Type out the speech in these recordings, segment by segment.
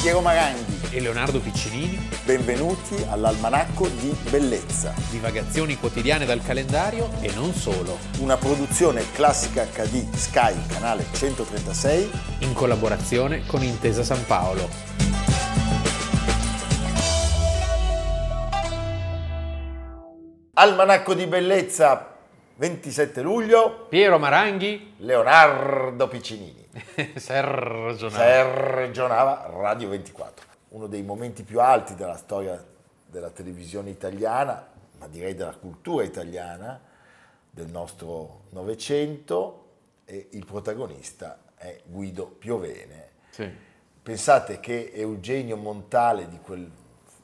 Piero Maranghi. e Leonardo Piccinini, Benvenuti all'Almanacco di Bellezza, divagazioni quotidiane dal calendario e non solo, una produzione classica HD Sky, canale 136. in collaborazione con Intesa San Paolo. Almanacco di Bellezza, 27 luglio, Piero Maranghi, Leonardo Piccinini. Eh. Sergio Nava. Sergio Nava, Radio 24. Uno dei momenti più alti della storia della televisione italiana, ma direi della cultura italiana, del nostro Novecento, e il protagonista è Guido Piovene. Sì. Pensate che Eugenio Montale di, quel-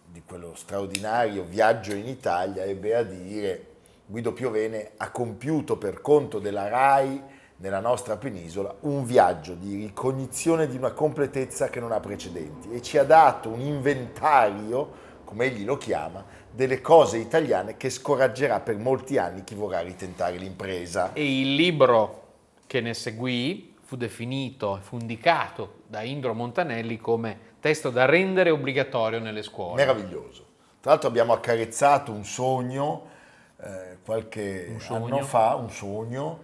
di quello straordinario viaggio in Italia ebbe a dire Guido Piovene ha compiuto per conto della RAI nella nostra penisola un viaggio di ricognizione di una completezza che non ha precedenti e ci ha dato un inventario, come egli lo chiama, delle cose italiane che scoraggerà per molti anni chi vorrà ritentare l'impresa. E il libro che ne seguì fu definito, fu indicato da Indro Montanelli come testo da rendere obbligatorio nelle scuole. Meraviglioso. Tra l'altro abbiamo accarezzato un sogno eh, qualche Un sogno? anno fa, un sogno,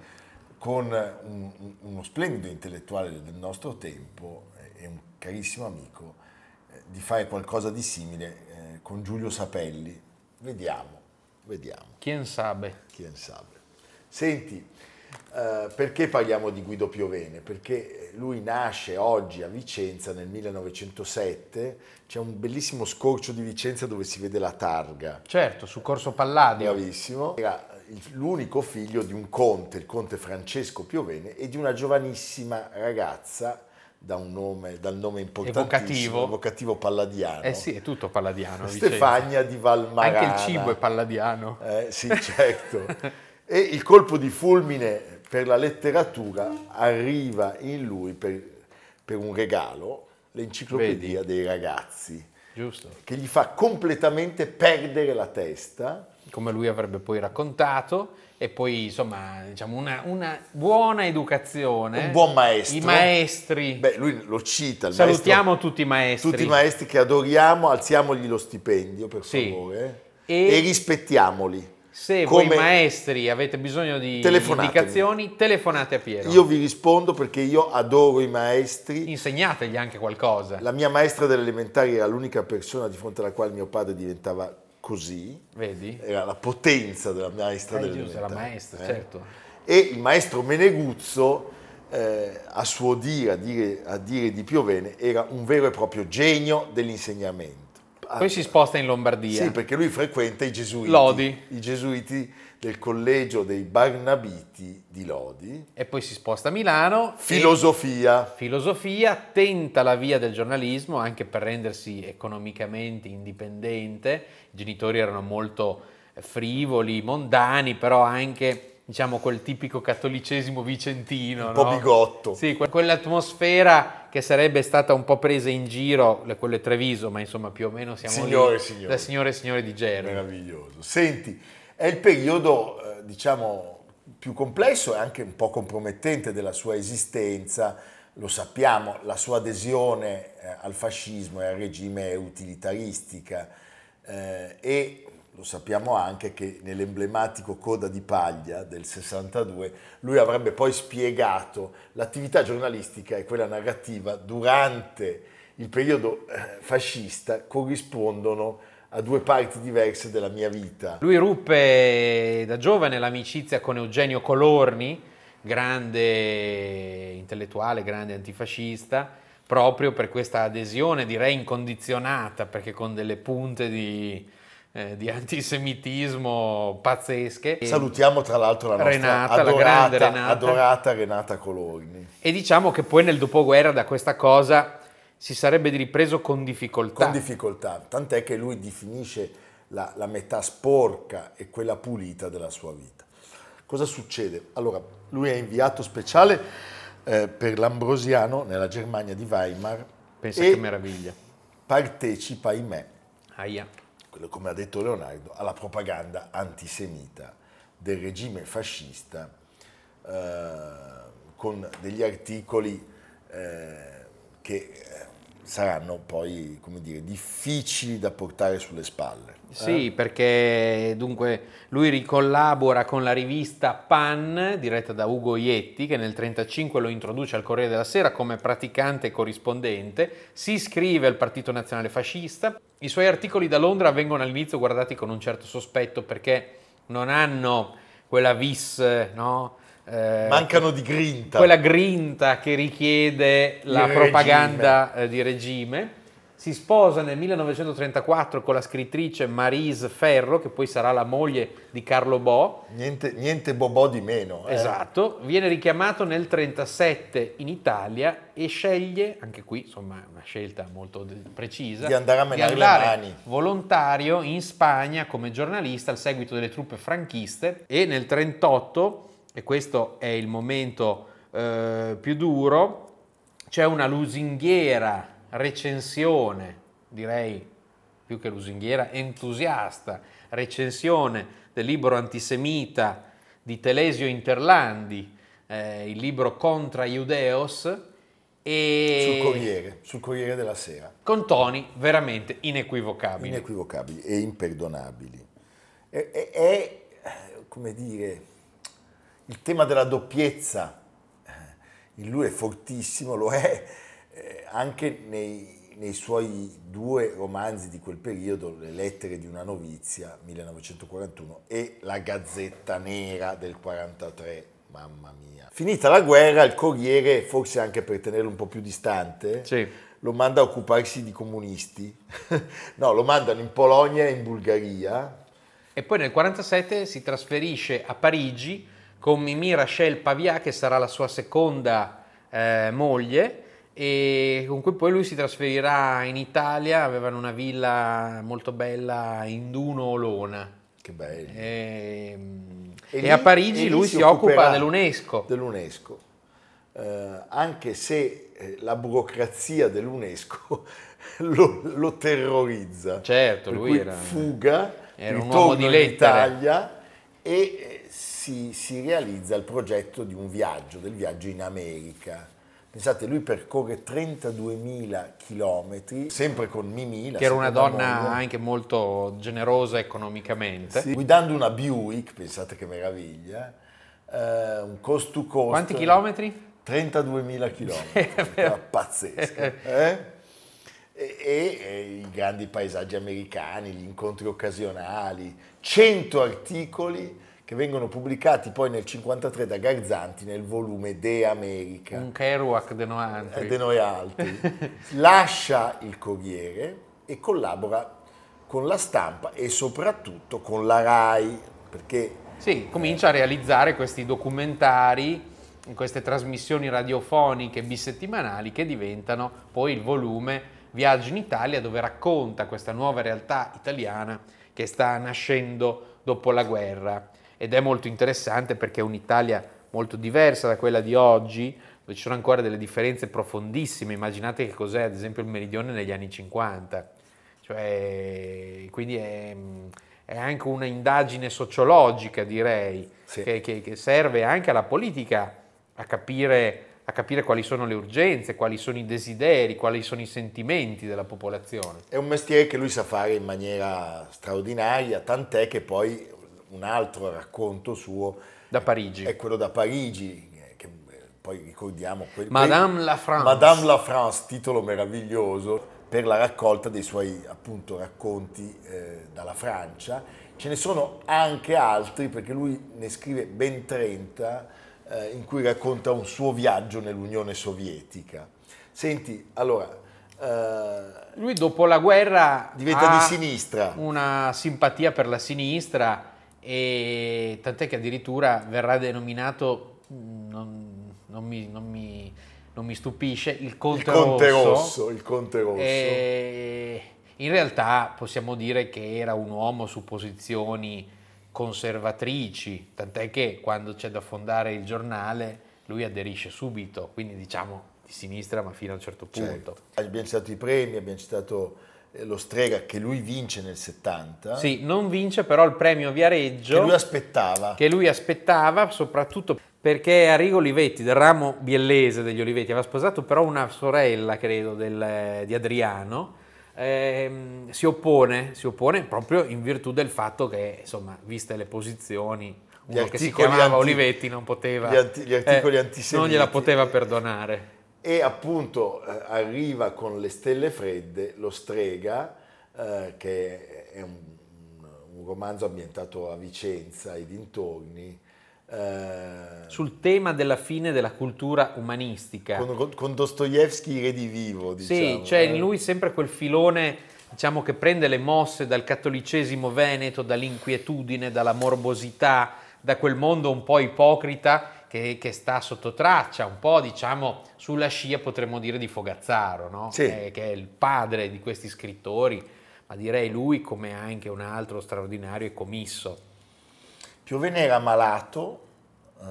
con un- un- uno splendido intellettuale del nostro tempo eh, e un carissimo amico, eh, di fare qualcosa di simile eh, con Giulio Sapelli. Vediamo, vediamo, Chien sabe. chi ne sa. Senti, eh, perché parliamo di Guido Piovene? Perché lui nasce oggi a Vicenza nel 1907, c'è un bellissimo scorcio di Vicenza dove si vede la targa. Certo, su Corso Palladio. Bravissimo. Era il- l'unico figlio di un conte, il conte Francesco Piovene, e di una giovanissima ragazza da un nome, dal nome importantissimo, Evocativo. evocativo palladiano. Eh sì, è tutto palladiano. a Vicenza. Stefania di Valmarana. Anche il cibo è palladiano. Eh, sì, certo. e il colpo di fulmine per la letteratura arriva in lui per, per un regalo, l'enciclopedia dei ragazzi, Giusto. che gli fa completamente perdere la testa. Come lui avrebbe poi raccontato. E poi, insomma, diciamo, una, una buona educazione. Un buon maestro. Eh? I maestri. Beh, lui lo cita. il Salutiamo maestro- tutti i maestri. tutti i maestri che adoriamo, alziamogli lo stipendio, per Sì. favore, E- e, rispettiamoli. Se voi Come- maestri avete bisogno di Telefonatemi. indicazioni, telefonate a Piero. Io vi rispondo perché io adoro i maestri. Insegnategli anche qualcosa. La mia maestra delle elementari era l'unica persona di fronte alla quale mio padre diventava così, Vedi? era la potenza della maestra Eh, delle giusto, elementari. la maestra, eh. certo. E il maestro Meneguzzo, eh, a suo dire a, dire, a dire di Piovene, era un vero e proprio genio dell'insegnamento. Ah, Poi si sposta in Lombardia. Sì, perché lui frequenta i gesuiti. Lodi. I gesuiti del collegio dei Barnabiti di Lodi. E poi si sposta a Milano. e- Filosofia. filosofia, tenta la via del giornalismo anche per rendersi economicamente indipendente. I genitori erano molto eh, frivoli, mondani, però anche diciamo quel tipico cattolicesimo vicentino, Un po' no? bigotto. Sì, que- quell'atmosfera che sarebbe stata un po' presa in giro, le- quello è Treviso, ma insomma più o meno siamo Signore e lì, signori. da signore e signore di Germi. Meraviglioso. Senti, è il periodo, eh, diciamo, più complesso e anche un po' compromettente della sua esistenza. Lo sappiamo, la sua adesione eh, al fascismo e al regime è utilitaristica eh, e lo sappiamo anche che nell'emblematico Coda di Paglia del 62 lui avrebbe poi spiegato l'attività giornalistica e quella narrativa durante il periodo eh, fascista corrispondono a due parti diverse della mia vita. Lui ruppe da giovane l'amicizia con Eugenio Colorni, grande intellettuale, grande antifascista, proprio per questa adesione, direi incondizionata, perché con delle punte di, eh, di antisemitismo pazzesche. Salutiamo tra l'altro la nostra Renata, la adorata, grande Renata. adorata Renata Colorni. E diciamo che poi nel dopoguerra da questa cosa si sarebbe ripreso con difficoltà. Con difficoltà, tant'è che lui definisce la, la metà sporca e quella pulita della sua vita. Cosa succede? Allora, lui è inviato speciale eh, per l'Ambrosiano nella Germania di Weimar Pensa e che meraviglia. partecipa, ahimè, Aia. quello- come ha detto Leonardo, alla propaganda antisemita del regime fascista eh, con degli articoli eh, che eh, saranno poi, come dire, difficili da portare sulle spalle. Sì, perché dunque lui ricollabora con la rivista Pan, diretta da Ugo Ietti, che nel 1935 lo introduce al Corriere della Sera come praticante e corrispondente, si iscrive al Partito Nazionale Fascista. I suoi articoli da Londra vengono all'inizio guardati con un certo sospetto perché non hanno quella vis, no? Eh, Mancano di grinta. quella grinta che richiede la Il propaganda eh, di regime. Si sposa nel 1934 con la scrittrice Marise Ferro, che poi sarà la moglie di Carlo Bo. Niente, niente bobò di meno. eh. Esatto, viene richiamato nel 1937 in Italia e sceglie, anche qui insomma è una scelta molto de- precisa, Di andare a di menare le andare mani. volontario in Spagna come giornalista al seguito delle truppe franchiste e nel 1938, e questo è il momento eh, più duro, c'è una lusinghiera recensione, direi più che lusinghiera, entusiasta recensione del libro antisemita di Telesio Interlandi, eh, il libro Contra Iudeos, Sul e Corriere, sul Corriere della Sera. con toni veramente inequivocabili. Inequivocabili e imperdonabili. È, è- è, eh, come dire, il tema della doppiezza eh, in lui è fortissimo, lo è eh, anche nei, nei suoi due romanzi di quel periodo, Le lettere di una novizia, 1941, e La Gazzetta Nera del 43. Mamma mia. Finita la guerra, il Corriere, forse anche per tenerlo un po' più distante, Sì. lo manda a occuparsi di comunisti. no, lo mandano in Polonia e in Bulgaria. E poi nel 1947 si trasferisce a Parigi con Mimì Rachel Pavia, che sarà la sua seconda eh, moglie, e con cui poi lui si trasferirà in Italia. Avevano una villa molto bella in Duno Olona. Che bello. E, Eh, Ehm, e lì- a Parigi e lì lui si, occupa occuperà dell'UNESCO. dell'UNESCO. Eh, anche se eh, la burocrazia dell'UNESCO lo, lo terrorizza. Certo, Per lui cui era- fuga, era un ritorna uomo di in lettere. Italia e eh, si, si realizza il progetto di un viaggio, del viaggio in America. Pensate, lui percorre 32.000 chilometri, sempre con Mimì, la che era una seconda donna moglie. anche molto generosa economicamente. Sì, guidando una Buick, pensate che meraviglia, eh, un cost to cost. Quanti chilometri? 32.000 chilometri, era pazzesco. eh? E, e- e i grandi paesaggi americani, gli incontri occasionali, 100 articoli che vengono pubblicati poi nel 53 da Garzanti nel volume De America Un Kerouac de eh, Noantri. De Noi Altri, lascia il Corriere e collabora con la stampa e soprattutto con la RAI, perché Sì, comincia a realizzare questi documentari, queste trasmissioni radiofoniche bisettimanali che diventano poi il volume Viaggio in Italia dove racconta questa nuova realtà italiana che sta nascendo dopo la guerra ed è molto interessante perché è un'Italia molto diversa da quella di oggi, dove ci sono ancora delle differenze profondissime, immaginate che cos'è ad esempio il meridione negli anni 50, cioè, quindi è, è anche una indagine sociologica direi, Sì. che, che- che serve anche alla politica a capire, a capire quali sono le urgenze, quali sono i desideri, quali sono i sentimenti della popolazione. è un mestiere che lui sa fare in maniera straordinaria, tant'è che poi un altro racconto suo Da Parigi. è quello da Parigi, eh, che eh, poi ricordiamo. quel- Madame la France. Madame la France, titolo meraviglioso, per la raccolta dei suoi appunto racconti eh, dalla Francia. Ce ne sono anche altri, perché lui ne scrive ben 30, eh, in cui racconta un suo viaggio nell'Unione Sovietica. Senti, allora, eh, Lui dopo la guerra diventa ha di sinistra. una simpatia per la sinistra e tant'è che addirittura verrà denominato, mh, non, non mi, non mi- non mi stupisce, il Il Conte, Conte Rosso. Rosso, il Conte Rosso. Eh, E in realtà possiamo dire che era un uomo su posizioni conservatrici, tant'è che quando c'è da fondare il giornale lui aderisce subito, quindi diciamo di sinistra ma fino a un certo punto. Certo. Abbiamo citato i premi, abbiamo citato lo strega che lui vince nel 70, Sì, non vince però il premio che Viareggio lui aspettava. che lui aspettava, soprattutto perché Arrigo Olivetti, del ramo biellese degli Olivetti, aveva sposato però una sorella, credo, del- eh, di Adriano, ehm, si, oppone, si oppone proprio in virtù del fatto che, insomma, viste le posizioni, Gli uno che si articoli chiamava anti- Olivetti non poteva... eh, gli anti- gli articoli Non antisemiti. gliela poteva perdonare. E appunto eh, arriva con le stelle fredde lo strega, eh, che è un, un romanzo ambientato a Vicenza e dintorni, eh, Sul tema della fine della cultura umanistica. con, con Dostoevsky redivivo. Sì, Diciamo, c'è in eh. lui sempre quel filone, diciamo, che prende le mosse dal cattolicesimo veneto, dall'inquietudine, dalla morbosità, da quel mondo un po' ipocrita che, che sta sotto traccia, un po', diciamo, sulla scia potremmo dire di Fogazzaro, no? Sì. Eh, che è il padre di questi scrittori, ma direi lui come anche un altro straordinario e commisso. Piovene era malato, eh,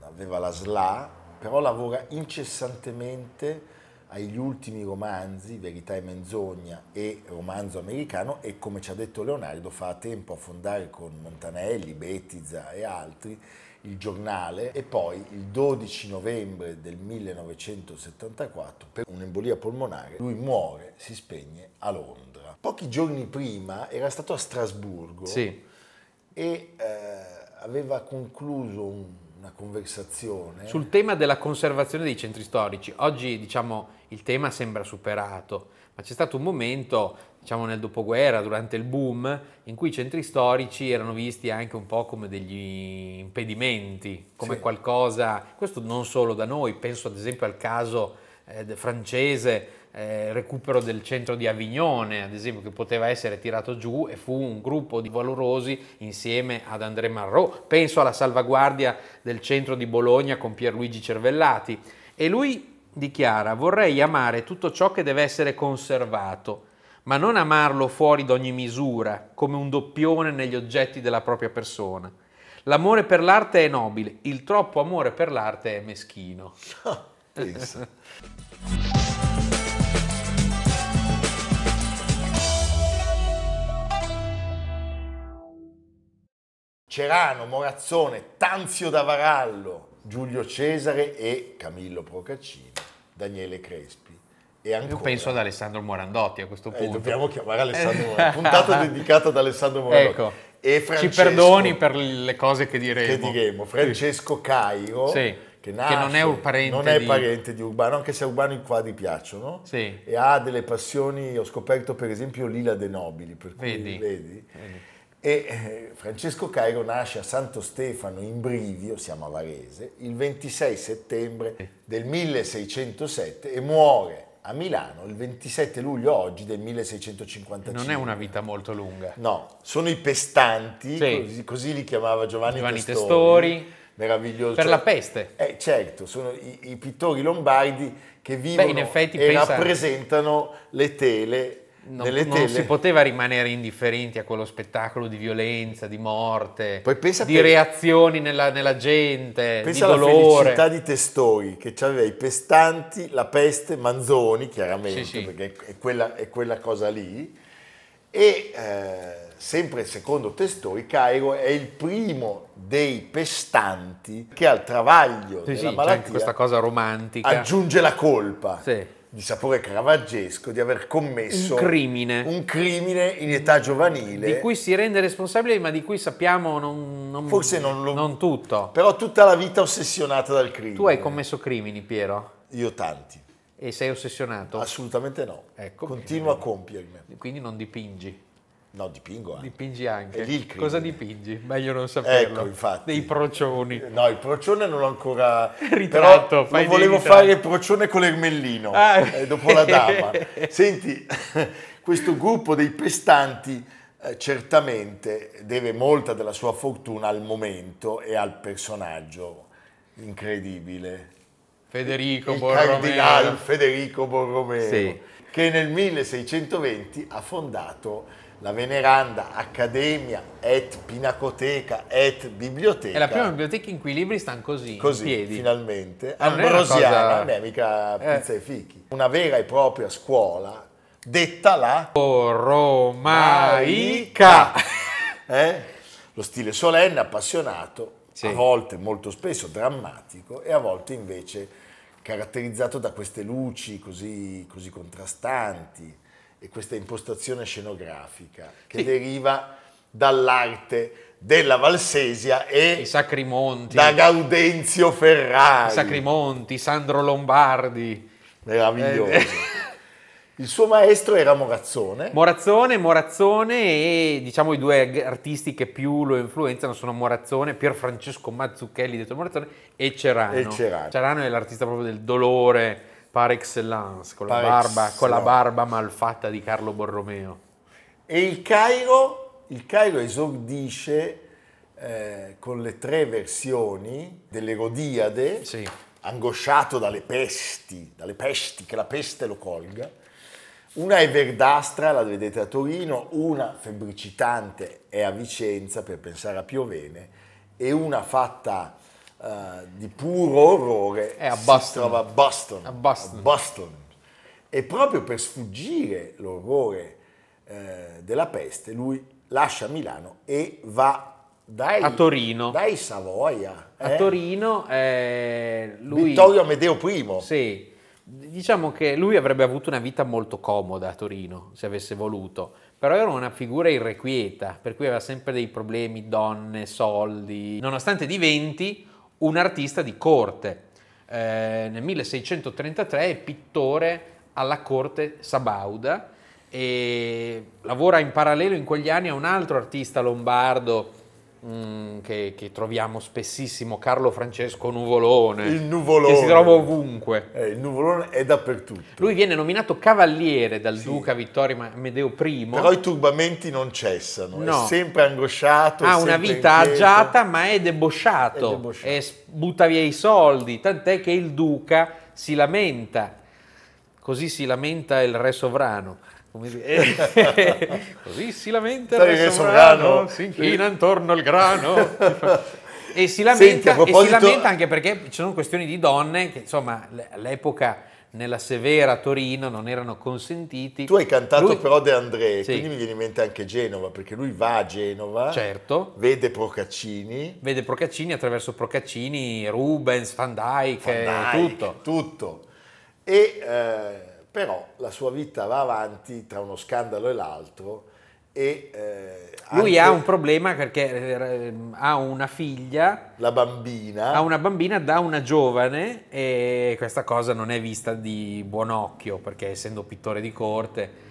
aveva la SLA, però lavora incessantemente agli ultimi romanzi, Verità e Menzogna e Romanzo Americano e come ci ha detto Leonardo fa a tempo a fondare con Montanelli, Bettiza e altri il giornale e poi il 12 novembre del 1974 per un'embolia polmonare lui muore, si spegne a Londra. Pochi giorni prima era stato a Strasburgo Sì. e eh, aveva concluso un- una conversazione Sul tema della conservazione dei centri storici, oggi diciamo il tema sembra superato, ma c'è stato un momento, diciamo nel dopoguerra, durante il boom, in cui i centri storici erano visti anche un po' come degli impedimenti, come Sì. qualcosa, questo non solo da noi, penso ad esempio al caso eh, de- francese, eh, recupero del centro di Avignone, ad esempio, che poteva essere tirato giù e fu un gruppo di valorosi insieme ad André Marrot. Penso alla salvaguardia del centro di Bologna con Pierluigi Cervellati. E lui dichiara: Vorrei amare tutto ciò che deve essere conservato, ma non amarlo fuori d'ogni misura, come un doppione negli oggetti della propria persona. L'amore per l'arte è nobile, il troppo amore per l'arte è meschino. pensa. Cerano, Morazzone, Tanzio Davarallo, Giulio Cesare e Camillo Procaccini, Daniele Crespi e ancora... Io penso ad Alessandro Morandotti a questo Eh, punto. dobbiamo chiamare Alessandro Morazzone, puntata dedicata ad Alessandro Morazzone. Ecco, e ci Francesco- perdoni per le cose che diremo. che diremo, Francesco Cairo, Sì, che, che nasce- non è un parente non è di- parente di Urbano, anche se a Urbano i quadri piacciono, Sì. e ha delle passioni, ho scoperto per esempio Lila De Nobili, per cui, Vedi. vedi? Vedi. E eh, Francesco Cairo nasce a Santo Stefano in Brivio, siamo a Varese, il 26 settembre del 1607 e muore a Milano il 27 luglio oggi del 1655. Non è una vita molto lunga. No, sono i pestanti, Sì. così, così li chiamava Giovanni, Giovanni Testori, Testori, meraviglioso. per cioè- la peste. Eh, certo, sono i, i pittori lombardi che vivono in effetti e pensa- rappresentano le tele. Non, nelle non tele. si poteva rimanere indifferenti a quello spettacolo di violenza, di morte, Poi pensa di che- reazioni nella, nella gente, Pensa Eh, di alla dolore. felicità di Testori che aveva i pestanti, la peste, Manzoni chiaramente, Sì, sì. perché è quella, è quella cosa lì. E eh, sempre secondo Testori, Cairo è il primo dei pestanti che al travaglio Sì, della sì, c'è anche malattia questa cosa romantica. aggiunge la colpa Sì. di sapore caravaggesco di aver commesso Un crimine. un crimine in età giovanile. di cui si rende responsabile, ma di cui sappiamo non, non- Forse non lo- non tutto. Però tutta la vita ossessionata dal crimine. Tu hai commesso crimini, Piero, Io tanti. e sei Ah, ossessionato, Assolutamente no. Certo. Ecco. Continuo a compiermi. quindi non dipingi. No, dipingo eh. anche. Dipingi anche. È lì il crimine. Cosa dipingi? Meglio non saperlo. Ecco, infatti. Dei procioni. Eh, No, il procione non l'ho ancora Ritratto, però fai non dei volevo ritratti. fare il procione con l'ermellino Ah. eh, dopo la dama. Senti, questo gruppo dei pestanti eh, certamente deve molta della sua fortuna al momento e al personaggio incredibile. Federico il cardinale Borromeo. Federico Borromeo, Sì. che nel 1620 ha fondato la veneranda Accademia et Pinacoteca et Biblioteca. È la prima biblioteca in cui i libri stanno così, in Così, piedi. finalmente, Ah, non è una ambrosiana, cosa- non è mica Eh. pizza e fichi. Una vera e propria scuola detta la... Romaica. eh? Lo stile solenne, appassionato, Sì. a volte molto spesso drammatico e a volte invece caratterizzato da queste luci così, così contrastanti e questa impostazione scenografica che Sì. deriva dall'arte della Valsesia I e Sacrimonti. da Gaudenzio Ferrari. I Sacrimonti, Sandro Lombardi. Meraviglioso. Eh, Il suo maestro era Morazzone. Morazzone, Morazzone e diciamo i due ag- artisti che più lo influenzano sono Morazzone, Pier Francesco Mazzucchelli detto Morazzone e Cerano. E Cerano. è l'artista proprio del dolore par excellence, con, Par la, barba, con la excellence. barba malfatta di Carlo Borromeo. E il Cairo, il Cairo esordisce eh, con le tre versioni dell'Erodiade, Sì. angosciato dalle pesti, dalle pesti, che la peste lo colga. Una è verdastra, la vedete a Torino, una febbricitante è a Vicenza per pensare a Piovene e una fatta eh, di puro orrore È a si Boston. trova a Boston. A Boston. A Boston. E proprio per sfuggire l'orrore eh, della peste, lui lascia Milano e va dai, A Torino. Dai Savoia. A eh? Torino eh, lui... Vittorio Amedeo I. Sì, diciamo che lui avrebbe avuto una vita molto comoda a Torino, se avesse voluto, però era una figura irrequieta, per cui aveva sempre dei problemi, donne, soldi, nonostante diventi un artista di corte. Eh, nel 1633 è pittore alla corte Sabauda e lavora in parallelo in quegli anni a un altro artista lombardo mm, che, che troviamo spessissimo, Carlo Francesco Nuvolone Il nuvolone. Eh. che si trova ovunque. Eh, il nuvolone è dappertutto. Lui viene nominato cavaliere dal Sì. duca Vittorio Amedeo I. Però i turbamenti non cessano, No. è sempre angosciato. è ha una sempre vita inquieto. agiata, ma è debosciato, È debosciato. e s- butta via i soldi. Tant'è che il duca si lamenta. Così si lamenta il re sovrano. Come dire- Così si lamenta il Sai re, che sovrano, sovrano? si inchina intorno al grano. E si lamenta, Senti, a proposito- e si lamenta anche perché ci sono questioni di donne che insomma l- all'epoca nella severa Torino non erano consentiti. Tu hai cantato Lui- però De André, Sì. quindi mi viene in mente anche Genova, perché lui va a Genova, Certo, vede Procaccini, vede Procaccini attraverso Procaccini, Rubens, Van Dyck, Van eh, Dyck, tutto. tutto. E eh, però la sua vita va avanti tra uno scandalo e l'altro. E, eh, Lui anche ha un problema perché eh, ha una figlia, La bambina. ha una bambina da una giovane e questa cosa non è vista di buon occhio perché essendo pittore di corte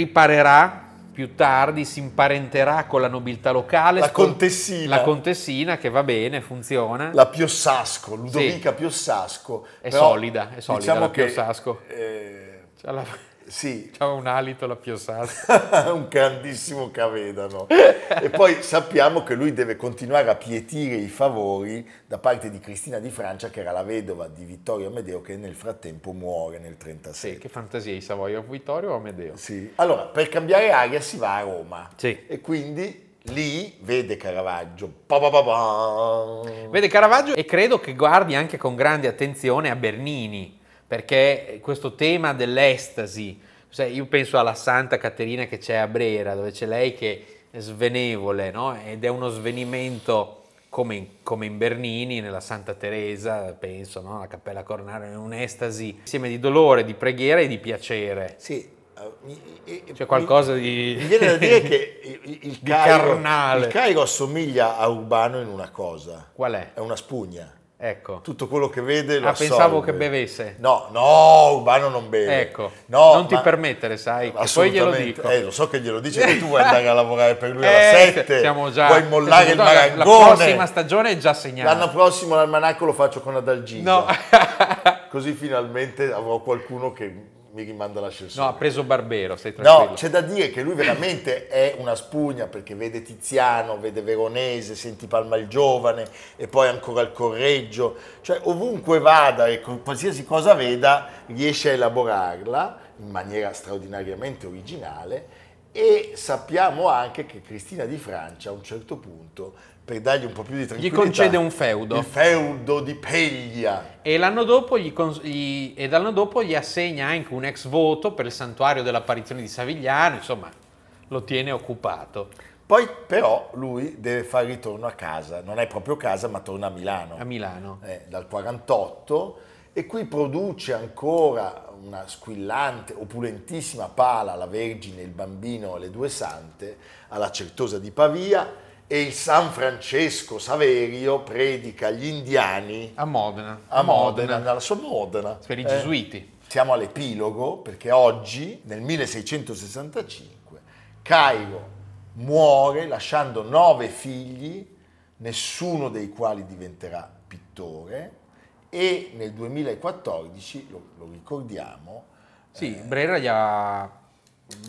riparerà più tardi, si imparenterà con la nobiltà locale. La scol- contessina. La contessina che va bene, funziona. La Piossasco, Ludovica Piossasco. diciamo È solida, è solida la Piossasco. eh, C'ha, la- sì, c'ha un alito la piossata. un grandissimo cavedano. e poi sappiamo che lui deve continuare a pietire i favori da parte di Cristina di Francia, che era la vedova di Vittorio Amedeo, che nel frattempo muore nel Sì, 1937. che fantasia i Savoia, Vittorio o Amedeo? Sì. Allora, per cambiare aria si va a Roma. Sì. E quindi lì vede Caravaggio. Pa, pa, pa, pa. Vede Caravaggio e credo che guardi anche con grande attenzione a Bernini, perché questo tema dell'estasi, sai, io penso alla Santa Caterina che c'è a Brera, dove c'è lei che è svenevole, no? ed è uno svenimento come in, come in Bernini, nella Santa Teresa, penso, no? la Cappella Coronaria, è un'estasi insieme di dolore, di preghiera e di piacere. Sì, eh, mi- e- e- C'è qualcosa mi- di- Mi viene da dire che i- i- il Di Cairo, carnale. il Cairo assomiglia a Urbano in una cosa, Qual è? è una spugna. Ecco. Tutto quello che vede lo Ah, pensavo assorbe. che bevesse. No, no, Urbano non beve. Ecco, Eh, No, non ti ma- permettere, sai, che poi glielo assolutamente. dico. Eh, lo so che glielo dici, che tu vuoi andare a lavorare per lui Eh, alla 7, siamo già- vuoi mollare il siamo già- la- Marangone. La prossima stagione è già segnata. L'anno prossimo l'almanacco lo faccio con Adalgisa. No. Così finalmente avrò qualcuno che mi rimanda l'ascensore. No, ha preso Barbero, stai tranquillo. No, c'è da dire che lui veramente è una spugna perché vede Tiziano, vede Veronese, senti Palma il Giovane e poi ancora il Correggio, cioè ovunque vada e con qualsiasi cosa veda riesce a elaborarla in maniera straordinariamente originale E sappiamo anche che Cristina di Francia a un certo punto, per dargli un po' più di tranquillità, concede un feudo. Il feudo di Peglia. E, l'anno dopo gli cons- gli- e dall'anno dopo gli assegna anche un ex voto per il santuario dell'apparizione di Savigliano, insomma lo tiene occupato. Poi però lui deve fare ritorno a casa, non è proprio casa ma torna a Milano. a Milano. eh, dal 48 e qui produce ancora una squillante, opulentissima pala la Vergine, il Bambino e le due sante alla Certosa di Pavia e il San Francesco Saverio predica agli indiani A Modena. a Modena, nella sua Modena. Per i Eh, gesuiti. Siamo all'epilogo perché oggi, nel 1665, Cairo muore lasciando nove figli, nessuno dei quali diventerà pittore, e nel 2014, lo, lo ricordiamo, Sì, Brera gli ha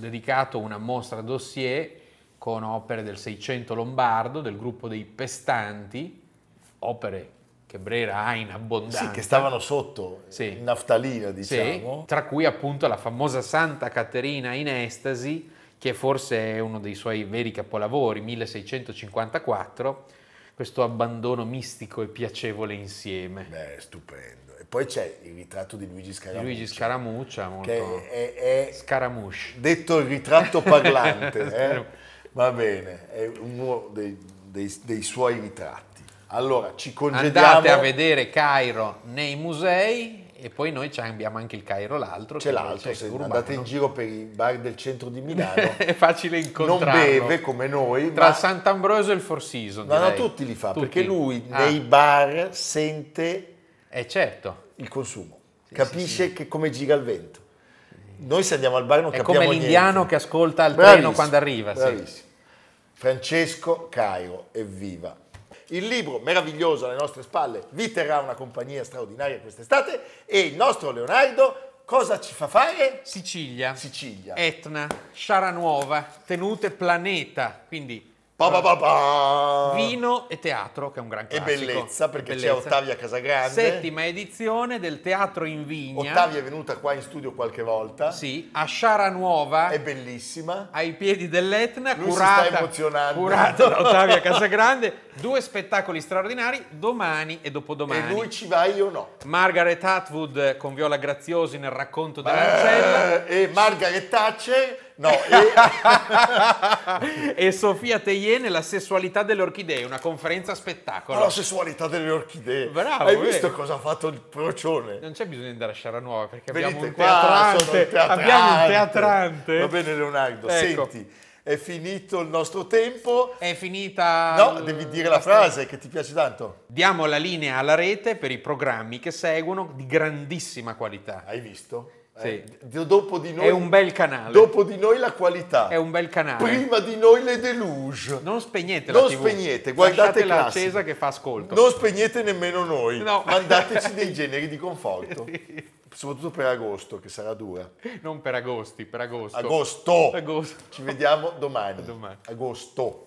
dedicato una mostra dossier con opere del Seicento Lombardo, del gruppo dei Pestanti, opere che Brera ha in abbondanza. sì, che stavano sotto Sì. in naftalina, Sì, diciamo. tra cui appunto la famosa Santa Caterina in estasi, che forse è uno dei suoi veri capolavori, 1654, questo abbandono mistico e piacevole insieme. Beh, stupendo. E poi c'è il ritratto di Luigi Di Scaramucci. Luigi Scaramuccia, molto... Che è- è- è Scaramouche. detto il ritratto parlante, eh? va bene, è uno dei, dei- dei suoi ritratti. Allora, ci congediamo. Andate a vedere Cairo nei musei e poi noi c'è- abbiamo anche il Cairo l'altro. C'è che l'altro, invece se è urbano. andate in giro per i bar del centro di Milano, è facile non incontrarlo. beve come noi, Tra ma, Sant'Ambrosio e il Four Seasons. ma no, direi. tutti li fa, Tutti. perché lui Ah, nei bar sente eh, certo. il consumo, Sì, capisce sì, Che come gira il vento. Noi se andiamo al bar non È capiamo come niente. l'indiano che ascolta il Bravissimo, treno quando arriva. Sì. bravissimo. Francesco Cairo, evviva. Il libro meraviglioso alle nostre spalle vi terrà una compagnia straordinaria quest'estate e il nostro Leonardo cosa ci fa fare? Sicilia, Sicilia. Etna, Sciaranuova, Tenute Planeta, quindi Pa, pa, pa, pa. vino e teatro, che è un gran Ah. e classico. bellezza perché E c'è bellezza. Ottavia Casagrande. Settima edizione del Teatro in Vigna. Ottavia è venuta qua in studio qualche volta. Sì, a Sciaranuova, È bellissima. ai piedi dell'Etna, Lui si curata, sta emozionando. curata da Ottavia Casagrande. Due spettacoli straordinari, domani e dopodomani. E lui ci va io no. Margaret Atwood con Viola Graziosi nel racconto dell'Ancella Eh, e Margaret Thatcher no. e- e Sofia Teiene La sessualità delle orchidee, una conferenza spettacolo. Ma la sessualità delle orchidee. Bravo, Hai vero. visto cosa ha fatto il procione? Non c'è bisogno di andare a Sciaranuova perché abbiamo Venite un, qua, sono teatrante, il teatrante. abbiamo un teatrante. Va bene Leonardo, Ecco. senti, è finito il nostro tempo. È finita. No, devi dire la frase che ti piace tanto. Diamo la linea alla rete per i programmi che seguono di grandissima qualità. Hai visto? Sì. Eh, d- dopo di noi, È un bel canale. Dopo di noi la qualità. È un bel canale. Prima di noi le deluge. Non spegnete la Non TV. spegnete, guardate Lasciatela classico. accesa che fa ascolto. Non spegnete nemmeno noi. No. Mandateci dei generi di conforto. Soprattutto per agosto, che sarà dura. Non per agosti, per agosto. Agosto. Agosto. Ci vediamo domani. Domani. Agosto.